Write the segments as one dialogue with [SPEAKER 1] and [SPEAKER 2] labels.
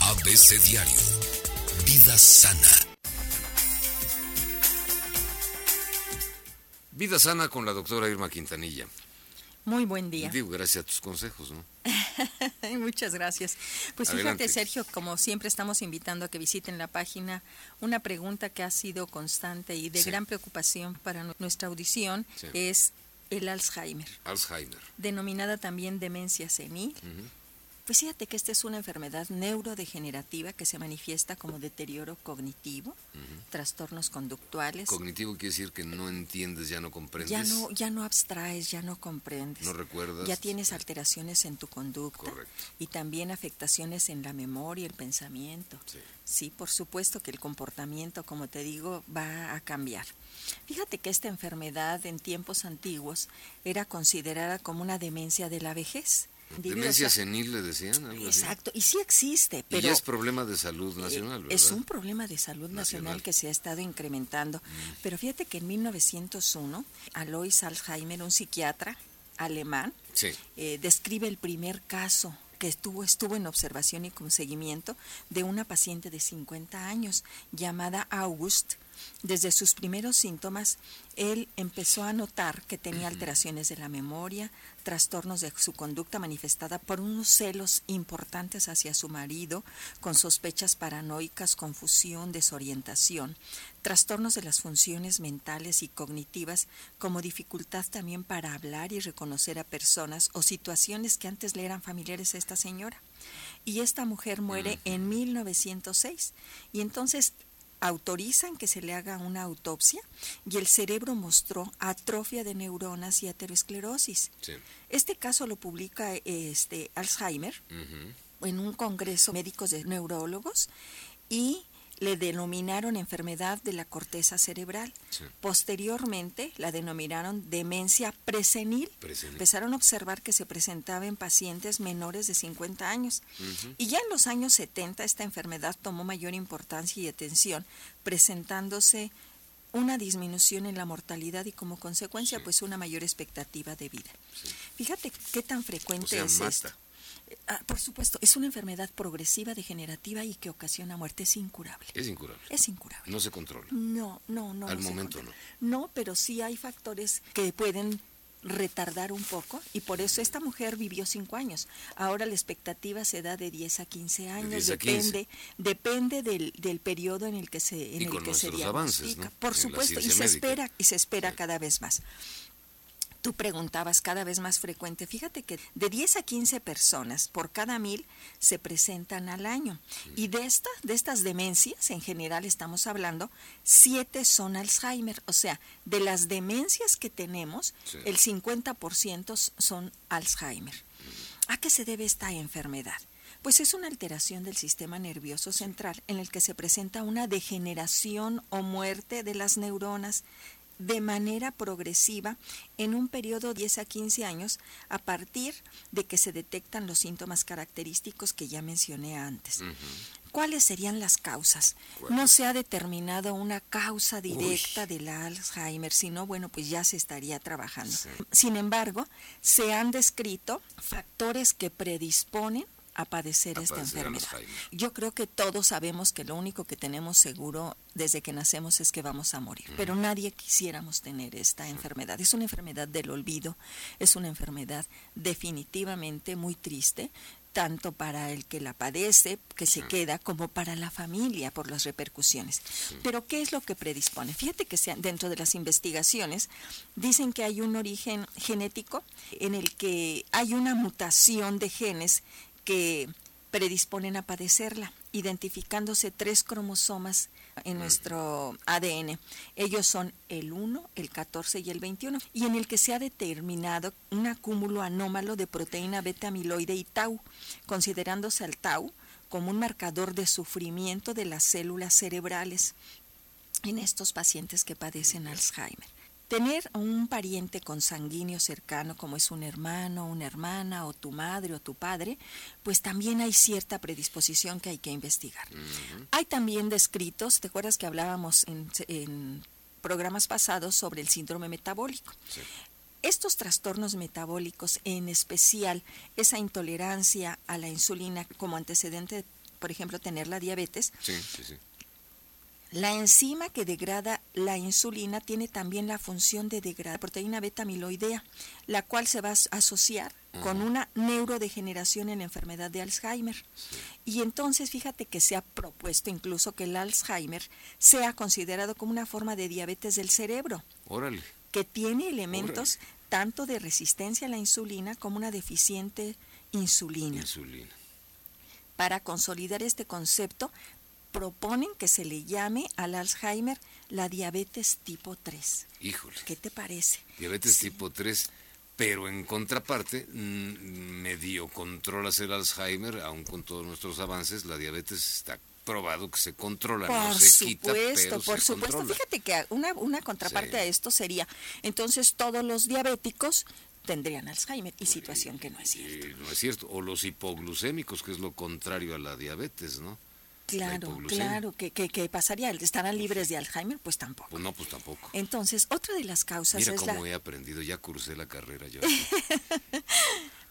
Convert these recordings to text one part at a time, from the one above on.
[SPEAKER 1] ABC Diario. Vida sana. Vida sana con la doctora Irma Quintanilla.
[SPEAKER 2] Muy buen día.
[SPEAKER 1] Digo, gracias a tus consejos, ¿no?
[SPEAKER 2] Muchas gracias. Pues
[SPEAKER 1] Adelante.
[SPEAKER 2] fíjate, Sergio, como siempre estamos invitando a que visiten la página, una pregunta que ha sido constante y de
[SPEAKER 1] Sí.
[SPEAKER 2] gran preocupación para nu- nuestra audición
[SPEAKER 1] Sí.
[SPEAKER 2] es el Alzheimer,
[SPEAKER 1] Alzheimer.
[SPEAKER 2] denominada también demencia senil. Pues fíjate que esta es una enfermedad neurodegenerativa que se manifiesta como deterioro cognitivo, trastornos conductuales.
[SPEAKER 1] Cognitivo quiere decir que no entiendes, ya no comprendes.
[SPEAKER 2] ya no, ya no abstraes, ya no comprendes.
[SPEAKER 1] No recuerdas.
[SPEAKER 2] Ya tienes alteraciones en tu conducta
[SPEAKER 1] Correcto.
[SPEAKER 2] y también afectaciones en la memoria, el pensamiento.
[SPEAKER 1] Sí.
[SPEAKER 2] Sí, por supuesto que el comportamiento, como te digo, va a cambiar. Fíjate que esta enfermedad en tiempos antiguos era considerada como una demencia de la vejez. Individuos-
[SPEAKER 1] Demencia senil le decían. algo así.
[SPEAKER 2] Exacto, y sí existe,
[SPEAKER 1] Y
[SPEAKER 2] pero
[SPEAKER 1] ya es problema de salud
[SPEAKER 2] eh,
[SPEAKER 1] nacional, ¿verdad?
[SPEAKER 2] Es un problema de salud nacional,
[SPEAKER 1] Nacional. Mm.
[SPEAKER 2] que se ha estado incrementando. Pero fíjate que en 1901, Alois Alzheimer, un psiquiatra alemán,
[SPEAKER 1] Sí.
[SPEAKER 2] eh, describe el primer caso que estuvo, estuvo en observación y con seguimiento de una paciente de 50 años llamada August. Desde sus primeros síntomas, él empezó a notar que tenía alteraciones de la memoria, trastornos de su conducta manifestada por unos celos importantes hacia su marido, con sospechas paranoicas, confusión, desorientación, trastornos de las funciones mentales y cognitivas, como dificultad también para hablar y reconocer a personas o situaciones que antes le eran familiares a esta señora. Y esta mujer muere en 1906. Y entonces autorizan que se le haga una autopsia y el cerebro mostró atrofia de neuronas y aterosclerosis.
[SPEAKER 1] Sí.
[SPEAKER 2] Este caso lo publica eh, este Alzheimer
[SPEAKER 1] Ujú.
[SPEAKER 2] en un congreso médicos de neurólogos y le denominaron enfermedad de la corteza cerebral.
[SPEAKER 1] Sí.
[SPEAKER 2] Posteriormente la denominaron demencia presenil.
[SPEAKER 1] Presenil.
[SPEAKER 2] Empezaron a observar que se presentaba en pacientes menores de 50 años. Y ya en los años 70 esta enfermedad tomó mayor importancia y atención, presentándose una disminución en la mortalidad y como consecuencia
[SPEAKER 1] Sí.
[SPEAKER 2] pues una mayor expectativa de vida.
[SPEAKER 1] Sí.
[SPEAKER 2] Fíjate qué tan frecuente
[SPEAKER 1] O sea,
[SPEAKER 2] Pues, es
[SPEAKER 1] mata.
[SPEAKER 2] esto. Eh, ah, por supuesto, es una enfermedad progresiva, degenerativa y que ocasiona muerte. Es incurable.
[SPEAKER 1] Es incurable.
[SPEAKER 2] Es incurable.
[SPEAKER 1] No se controla.
[SPEAKER 2] No, no, no.
[SPEAKER 1] Al
[SPEAKER 2] no se
[SPEAKER 1] momento
[SPEAKER 2] controla. No, pero sí hay factores que pueden retardar un poco y por eso esta mujer vivió cinco años. Ahora la expectativa se da de 10 a 15 años,
[SPEAKER 1] 10 a 15.
[SPEAKER 2] depende depende del, del periodo en el que se en
[SPEAKER 1] Y
[SPEAKER 2] el
[SPEAKER 1] con
[SPEAKER 2] que se
[SPEAKER 1] nuestros avances,
[SPEAKER 2] diagnostica.
[SPEAKER 1] ¿no?
[SPEAKER 2] Por
[SPEAKER 1] En la
[SPEAKER 2] supuesto, y
[SPEAKER 1] ciencia
[SPEAKER 2] se
[SPEAKER 1] médica.
[SPEAKER 2] espera y se espera cada vez más. Tú preguntabas cada vez más frecuente. Fíjate que de 10 a 15 personas por cada mil se presentan al año. Y de estas, de estas demencias, en general estamos hablando, 7 son Alzheimer. O sea, de las demencias que tenemos,
[SPEAKER 1] Sí.
[SPEAKER 2] el 50% son Alzheimer. ¿A qué se debe esta enfermedad? Pues es una alteración del sistema nervioso central en el que se presenta una degeneración o muerte de las neuronas de manera progresiva en un periodo de 10 a 15 años a partir de que se detectan los síntomas característicos que ya mencioné antes. ¿Cuáles serían las causas? No
[SPEAKER 1] ¿Cuáles?
[SPEAKER 2] se ha determinado una causa directa
[SPEAKER 1] Uy.
[SPEAKER 2] de la Alzheimer, sino bueno, pues ya se estaría trabajando.
[SPEAKER 1] Sí.
[SPEAKER 2] Sin embargo, se han descrito factores que predisponen a padecer
[SPEAKER 1] A
[SPEAKER 2] esta
[SPEAKER 1] padecer
[SPEAKER 2] enfermedad.
[SPEAKER 1] Alzheimer.
[SPEAKER 2] Yo creo que todos sabemos que lo único que tenemos seguro desde que nacemos es que vamos a morir, pero nadie quisiéramos tener esta enfermedad. Es una enfermedad del olvido, es una enfermedad definitivamente muy triste tanto para el que la padece, que se queda, como para la familia por las repercusiones. Pero ¿qué es lo que predispone? Fíjate que se- dentro de las investigaciones dicen que hay un origen genético en el que hay una mutación de genes que predisponen a padecerla, identificándose tres cromosomas en nuestro ADN. Ellos son el 1, el 14 y el 21, y en el que se ha determinado un acúmulo anómalo de proteína beta amiloide y tau, considerándose al tau como un marcador de sufrimiento de las células cerebrales en estos pacientes que padecen Alzheimer. Tener a un pariente consanguíneo cercano como es un hermano, una hermana o tu madre o tu padre, pues también hay cierta predisposición que hay que investigar. Hay también descritos, ¿te acuerdas que hablábamos en, en programas pasados sobre el síndrome metabólico?
[SPEAKER 1] Sí.
[SPEAKER 2] Estos trastornos metabólicos, en especial esa intolerancia a la insulina como antecedente por ejemplo, tener la diabetes,
[SPEAKER 1] Sí, sí, sí.
[SPEAKER 2] la enzima que degrada la insulina tiene también la función de degradar la proteína beta amiloidea, la cual se va a as- asociar con
[SPEAKER 1] Ujú.
[SPEAKER 2] una neurodegeneración en la enfermedad de Alzheimer.
[SPEAKER 1] sí.
[SPEAKER 2] Y entonces fíjate que se ha propuesto incluso que el Alzheimer sea considerado como una forma de diabetes del cerebro,
[SPEAKER 1] Órale.
[SPEAKER 2] que tiene elementos tanto de resistencia a la insulina como una deficiente insulina.
[SPEAKER 1] Insulina.
[SPEAKER 2] Para consolidar este concepto, proponen que se le llame al Alzheimer la diabetes tipo 3.
[SPEAKER 1] Híjole.
[SPEAKER 2] ¿Qué te parece?
[SPEAKER 1] Diabetes
[SPEAKER 2] Sí.
[SPEAKER 1] tipo 3. Pero en contraparte, mm, medio controlas el Alzheimer, aun con todos nuestros avances, la diabetes está probado que se controla, no
[SPEAKER 2] Por
[SPEAKER 1] se quita,
[SPEAKER 2] supuesto,
[SPEAKER 1] pero
[SPEAKER 2] por
[SPEAKER 1] se
[SPEAKER 2] supuesto.
[SPEAKER 1] controla.
[SPEAKER 2] Fíjate que a- una, una contraparte
[SPEAKER 1] Sí.
[SPEAKER 2] a esto sería, entonces todos los diabéticos tendrían Alzheimer y situación que no es cierta.
[SPEAKER 1] Eh, no es cierto. O los hipoglucémicos, que es lo contrario a la diabetes, ¿no?
[SPEAKER 2] Claro,
[SPEAKER 1] hipoglucemia.
[SPEAKER 2] claro, que, que, que pasaría, ¿estarán libres de Alzheimer? Pues tampoco.
[SPEAKER 1] Pues no, pues tampoco.
[SPEAKER 2] Entonces, otra de las causas
[SPEAKER 1] Mira
[SPEAKER 2] es
[SPEAKER 1] cómo
[SPEAKER 2] la...
[SPEAKER 1] he aprendido, ya cursé la carrera yo.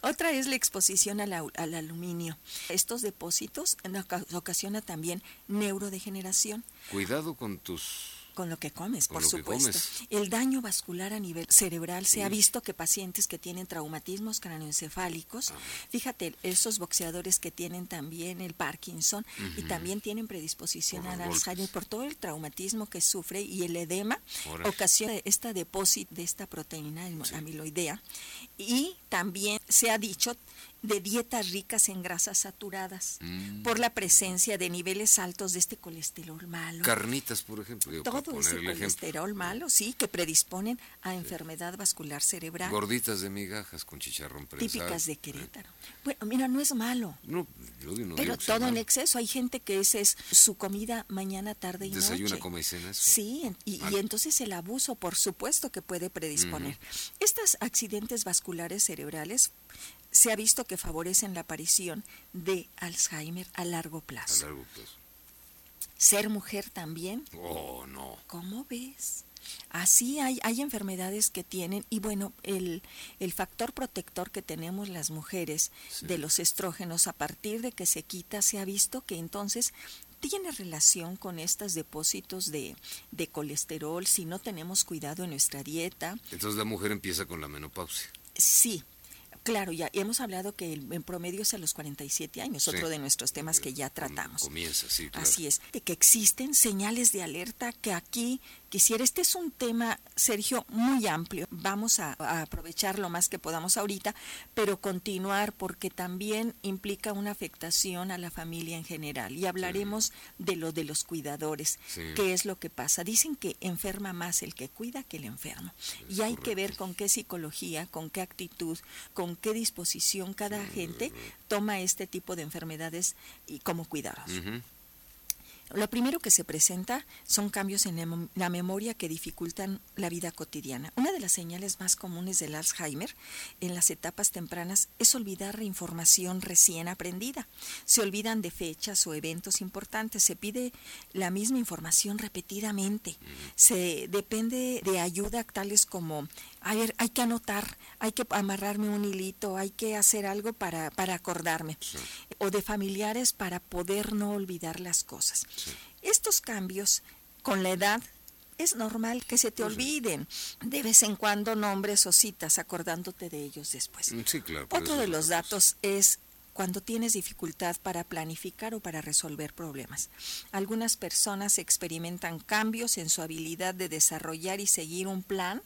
[SPEAKER 2] Otra es la exposición al, au- al aluminio. Estos depósitos en oca- ocasiona también neurodegeneración
[SPEAKER 1] Cuidado con tus...
[SPEAKER 2] con lo que comes,
[SPEAKER 1] Con
[SPEAKER 2] por
[SPEAKER 1] lo que
[SPEAKER 2] supuesto.
[SPEAKER 1] comes.
[SPEAKER 2] El daño vascular a nivel cerebral se ha
[SPEAKER 1] Sí.
[SPEAKER 2] visto que pacientes que tienen traumatismos cráneoencefálicos, fíjate, esos boxeadores que tienen también el Parkinson y también tienen predisposición
[SPEAKER 1] Por los
[SPEAKER 2] al
[SPEAKER 1] golpes.
[SPEAKER 2] Alzheimer por todo el traumatismo que sufre y el edema
[SPEAKER 1] Órale.
[SPEAKER 2] ocasiona esta depósito de esta proteína el- amiloidea y también se ha dicho de dietas ricas en grasas saturadas
[SPEAKER 1] Mm.
[SPEAKER 2] por la presencia de niveles altos de este colesterol malo
[SPEAKER 1] Carnitas, por ejemplo. digo, para
[SPEAKER 2] todo este ese
[SPEAKER 1] poner el ejemplo.
[SPEAKER 2] colesterol malo, sí, que predisponen a enfermedad vascular cerebral
[SPEAKER 1] Gorditas de migajas con chicharrón prensado.
[SPEAKER 2] típicas de
[SPEAKER 1] ¿eh?
[SPEAKER 2] Querétaro. Bueno, mira, no es malo,
[SPEAKER 1] No, yo digo, no
[SPEAKER 2] pero
[SPEAKER 1] digo que sea
[SPEAKER 2] todo en
[SPEAKER 1] malo.
[SPEAKER 2] exceso. Hay gente que esa es su comida mañana, tarde y
[SPEAKER 1] Desayuna,
[SPEAKER 2] noche.
[SPEAKER 1] come y cena. eso.
[SPEAKER 2] Sí, en- y, y
[SPEAKER 1] Mal.
[SPEAKER 2] entonces el abuso, por supuesto, que puede predisponer. Estos accidentes vasculares cerebrales se ha visto que favorecen la aparición de Alzheimer a largo
[SPEAKER 1] A
[SPEAKER 2] plazo.
[SPEAKER 1] largo plazo.
[SPEAKER 2] Ser mujer también
[SPEAKER 1] Oh, no.
[SPEAKER 2] ¿Cómo ves? Así hay, hay enfermedades que tienen, y bueno, el, el factor protector que tenemos las mujeres
[SPEAKER 1] Sí.
[SPEAKER 2] de los estrógenos a partir de que se quita, se ha visto que entonces tiene relación con estos depósitos de, de colesterol, si no tenemos cuidado en nuestra dieta.
[SPEAKER 1] Entonces la mujer empieza con la menopausia.
[SPEAKER 2] Sí, claro, ya hemos hablado que el- en promedio es a los 47 años,
[SPEAKER 1] Sí.
[SPEAKER 2] otro de nuestros temas que ya
[SPEAKER 1] Com-
[SPEAKER 2] tratamos.
[SPEAKER 1] Comienza, sí, claro.
[SPEAKER 2] Así es, de que existen señales de alerta que aquí quisiera, este es un tema, Sergio, muy amplio, vamos a, a aprovechar lo más que podamos ahorita, pero continuar porque también implica una afectación a la familia en general y hablaremos de lo de los cuidadores,
[SPEAKER 1] Sí.
[SPEAKER 2] qué es lo que pasa. Dicen que enferma más el que cuida que el enfermo
[SPEAKER 1] Es
[SPEAKER 2] y hay que
[SPEAKER 1] correcto.
[SPEAKER 2] ver con qué psicología, con qué actitud, con qué disposición cada gente toma este tipo de enfermedades y como cuidados.
[SPEAKER 1] Ujú.
[SPEAKER 2] Lo primero que se presenta son cambios en mem- la memoria que dificultan la vida cotidiana. Una de las señales más comunes del Alzheimer en las etapas tempranas es olvidar la información recién aprendida. Se olvidan de fechas o eventos importantes, se pide la misma información repetidamente, se depende de ayuda tales como, a ver, hay que anotar, hay que amarrarme un hilito, hay que hacer algo para, para acordarme
[SPEAKER 1] Sí.
[SPEAKER 2] o de familiares para poder no olvidar las cosas.
[SPEAKER 1] Sí.
[SPEAKER 2] Estos cambios con la edad es normal que se te
[SPEAKER 1] Pues sí.
[SPEAKER 2] olviden de vez en cuando nombres o citas acordándote de ellos después.
[SPEAKER 1] Mm, Sí, claro. pero
[SPEAKER 2] Otro
[SPEAKER 1] eso
[SPEAKER 2] de
[SPEAKER 1] es
[SPEAKER 2] los
[SPEAKER 1] otra cosa.
[SPEAKER 2] datos es cuando tienes dificultad para planificar o para resolver problemas. Algunas personas experimentan cambios en su habilidad de desarrollar y seguir un plan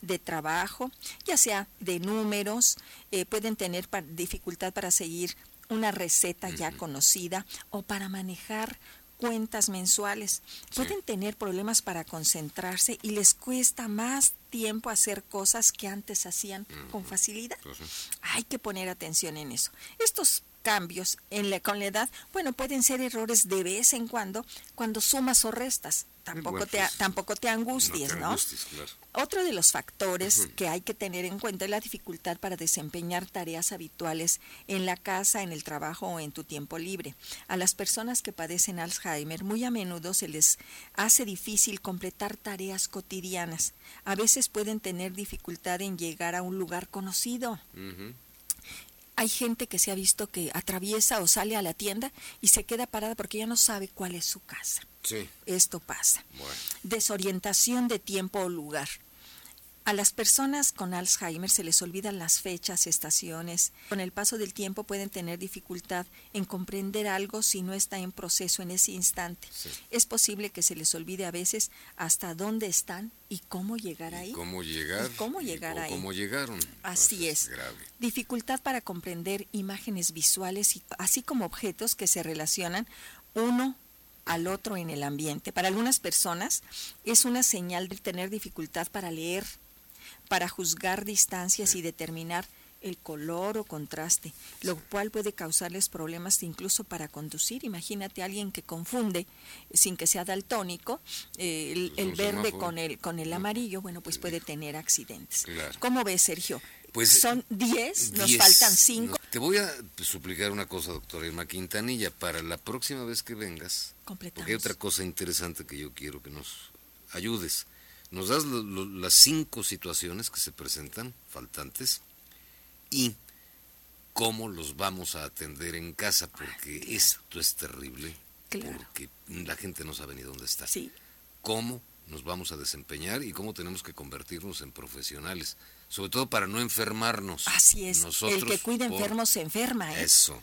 [SPEAKER 2] de trabajo, ya sea de números, eh, pueden tener pa- dificultad para seguir una receta ya conocida o para manejar cuentas mensuales. Pueden tener problemas para concentrarse y les cuesta más tiempo hacer cosas que antes hacían con facilidad.
[SPEAKER 1] Pues sí.
[SPEAKER 2] Hay que poner atención en eso. Estos cambios en la, con la edad, bueno, pueden ser errores de vez en cuando cuando sumas o restas. Tampoco,
[SPEAKER 1] bueno,
[SPEAKER 2] te, a-
[SPEAKER 1] pues,
[SPEAKER 2] tampoco te angusties,
[SPEAKER 1] No te
[SPEAKER 2] ¿no?
[SPEAKER 1] angusties, claro.
[SPEAKER 2] Otro de los factores
[SPEAKER 1] Ujú.
[SPEAKER 2] que hay que tener en cuenta es la dificultad para desempeñar tareas habituales en la casa, en el trabajo o en tu tiempo libre. A las personas que padecen Alzheimer muy a menudo se les hace difícil completar tareas cotidianas. A veces pueden tener dificultad en llegar a un lugar conocido
[SPEAKER 1] Ujú.
[SPEAKER 2] hay gente que se ha visto que atraviesa o sale a la tienda y se queda parada porque ya no sabe cuál es su casa.
[SPEAKER 1] Sí.
[SPEAKER 2] Esto pasa.
[SPEAKER 1] Bueno.
[SPEAKER 2] Desorientación de tiempo o lugar. A las personas con Alzheimer se les olvidan las fechas, estaciones. Con el paso del tiempo pueden tener dificultad en comprender algo si no está en proceso en ese instante.
[SPEAKER 1] Sí.
[SPEAKER 2] Es posible que se les olvide a veces hasta dónde están y cómo llegar ahí.
[SPEAKER 1] ¿Y ¿Cómo llegar?
[SPEAKER 2] ¿Y cómo llegar
[SPEAKER 1] o
[SPEAKER 2] ahí?
[SPEAKER 1] ¿Cómo llegaron?
[SPEAKER 2] Así
[SPEAKER 1] Entonces,
[SPEAKER 2] es.
[SPEAKER 1] Grave.
[SPEAKER 2] Dificultad para comprender imágenes visuales, y, así como objetos que se relacionan uno al otro en el ambiente. Para algunas personas es una señal de tener dificultad para leer, para juzgar distancias y determinar el color o contraste, lo cual puede causarles problemas incluso para conducir. Imagínate a alguien que confunde, sin que sea daltónico, eh, el,
[SPEAKER 1] Pues
[SPEAKER 2] el
[SPEAKER 1] un
[SPEAKER 2] verde
[SPEAKER 1] semáforo.
[SPEAKER 2] con el, con el amarillo, bueno, pues puede tener accidentes.
[SPEAKER 1] Claro.
[SPEAKER 2] ¿Cómo ves, Sergio?
[SPEAKER 1] Pues,
[SPEAKER 2] Son 10, nos
[SPEAKER 1] Diez.
[SPEAKER 2] faltan 5.
[SPEAKER 1] No, Te voy a suplicar una cosa, doctora Irma Quintanilla, para la próxima vez que vengas,
[SPEAKER 2] Completamos.
[SPEAKER 1] porque hay otra cosa interesante que yo quiero que nos ayudes. Nos das lo- lo- las cinco situaciones que se presentan faltantes y cómo los vamos a atender en casa, porque esto es terrible,
[SPEAKER 2] Claro.
[SPEAKER 1] porque la gente no sabe ni dónde está
[SPEAKER 2] Sí,
[SPEAKER 1] cómo nos vamos a desempeñar y cómo tenemos que convertirnos en profesionales, sobre todo para no enfermarnos.
[SPEAKER 2] así es.
[SPEAKER 1] Nosotros
[SPEAKER 2] el que cuida
[SPEAKER 1] por-
[SPEAKER 2] enfermos se enferma. ¿eh?
[SPEAKER 1] Eso.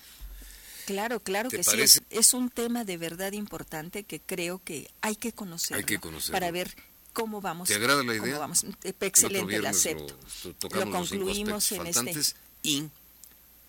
[SPEAKER 2] Claro, claro
[SPEAKER 1] ¿Te
[SPEAKER 2] que sí.
[SPEAKER 1] parece?
[SPEAKER 2] Es, es un tema de verdad importante que creo que hay que conocer.
[SPEAKER 1] Hay que conocerlo.
[SPEAKER 2] Para ver cómo vamos.
[SPEAKER 1] ¿Te agrada la
[SPEAKER 2] cómo
[SPEAKER 1] idea?
[SPEAKER 2] vamos. Eh,
[SPEAKER 1] El otro
[SPEAKER 2] Excelente, la
[SPEAKER 1] viernes
[SPEAKER 2] acepto.
[SPEAKER 1] Lo, to- tocamos los cinco
[SPEAKER 2] concluimos
[SPEAKER 1] aspectos
[SPEAKER 2] en este.
[SPEAKER 1] faltantes y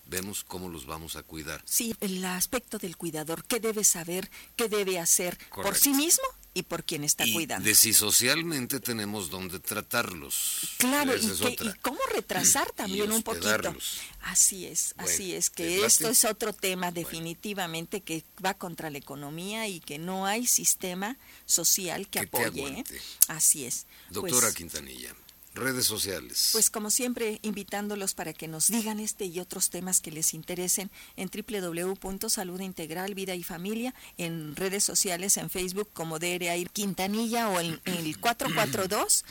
[SPEAKER 1] vemos cómo los vamos a cuidar.
[SPEAKER 2] Sí, el aspecto del cuidador, qué debe saber, qué debe hacer por
[SPEAKER 1] Correcto.
[SPEAKER 2] sí mismo y por quien está
[SPEAKER 1] y
[SPEAKER 2] cuidando.
[SPEAKER 1] de si socialmente tenemos dónde tratarlos.
[SPEAKER 2] Claro, y,
[SPEAKER 1] Esa es
[SPEAKER 2] que-
[SPEAKER 1] otra.
[SPEAKER 2] y cómo retrasar también un poquito.
[SPEAKER 1] hospedarlos.
[SPEAKER 2] Así es,
[SPEAKER 1] Bueno,
[SPEAKER 2] así
[SPEAKER 1] ¿les
[SPEAKER 2] es, que
[SPEAKER 1] late?
[SPEAKER 2] esto es otro tema definitivamente que va contra la economía y que no hay sistema social que,
[SPEAKER 1] Que te
[SPEAKER 2] apoye. ¿eh?
[SPEAKER 1] aguante.
[SPEAKER 2] Así es.
[SPEAKER 1] Doctora
[SPEAKER 2] pues,
[SPEAKER 1] Quintanilla, redes sociales.
[SPEAKER 2] pues como siempre, invitándolos para que nos digan este y otros temas que les interesen en www.salud integral, vida y familia, en redes sociales, en Facebook como DRA Quintanilla o en el 442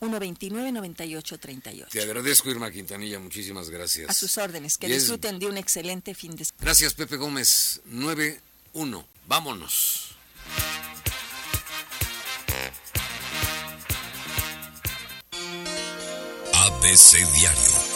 [SPEAKER 2] 129 9838.
[SPEAKER 1] Te agradezco, Irma Quintanilla, muchísimas gracias.
[SPEAKER 2] A sus órdenes, que
[SPEAKER 1] Y es-
[SPEAKER 2] disfruten de un excelente fin de semana.
[SPEAKER 1] Gracias, Pepe Gómez. 9-1. Vámonos.
[SPEAKER 3] ABC Diario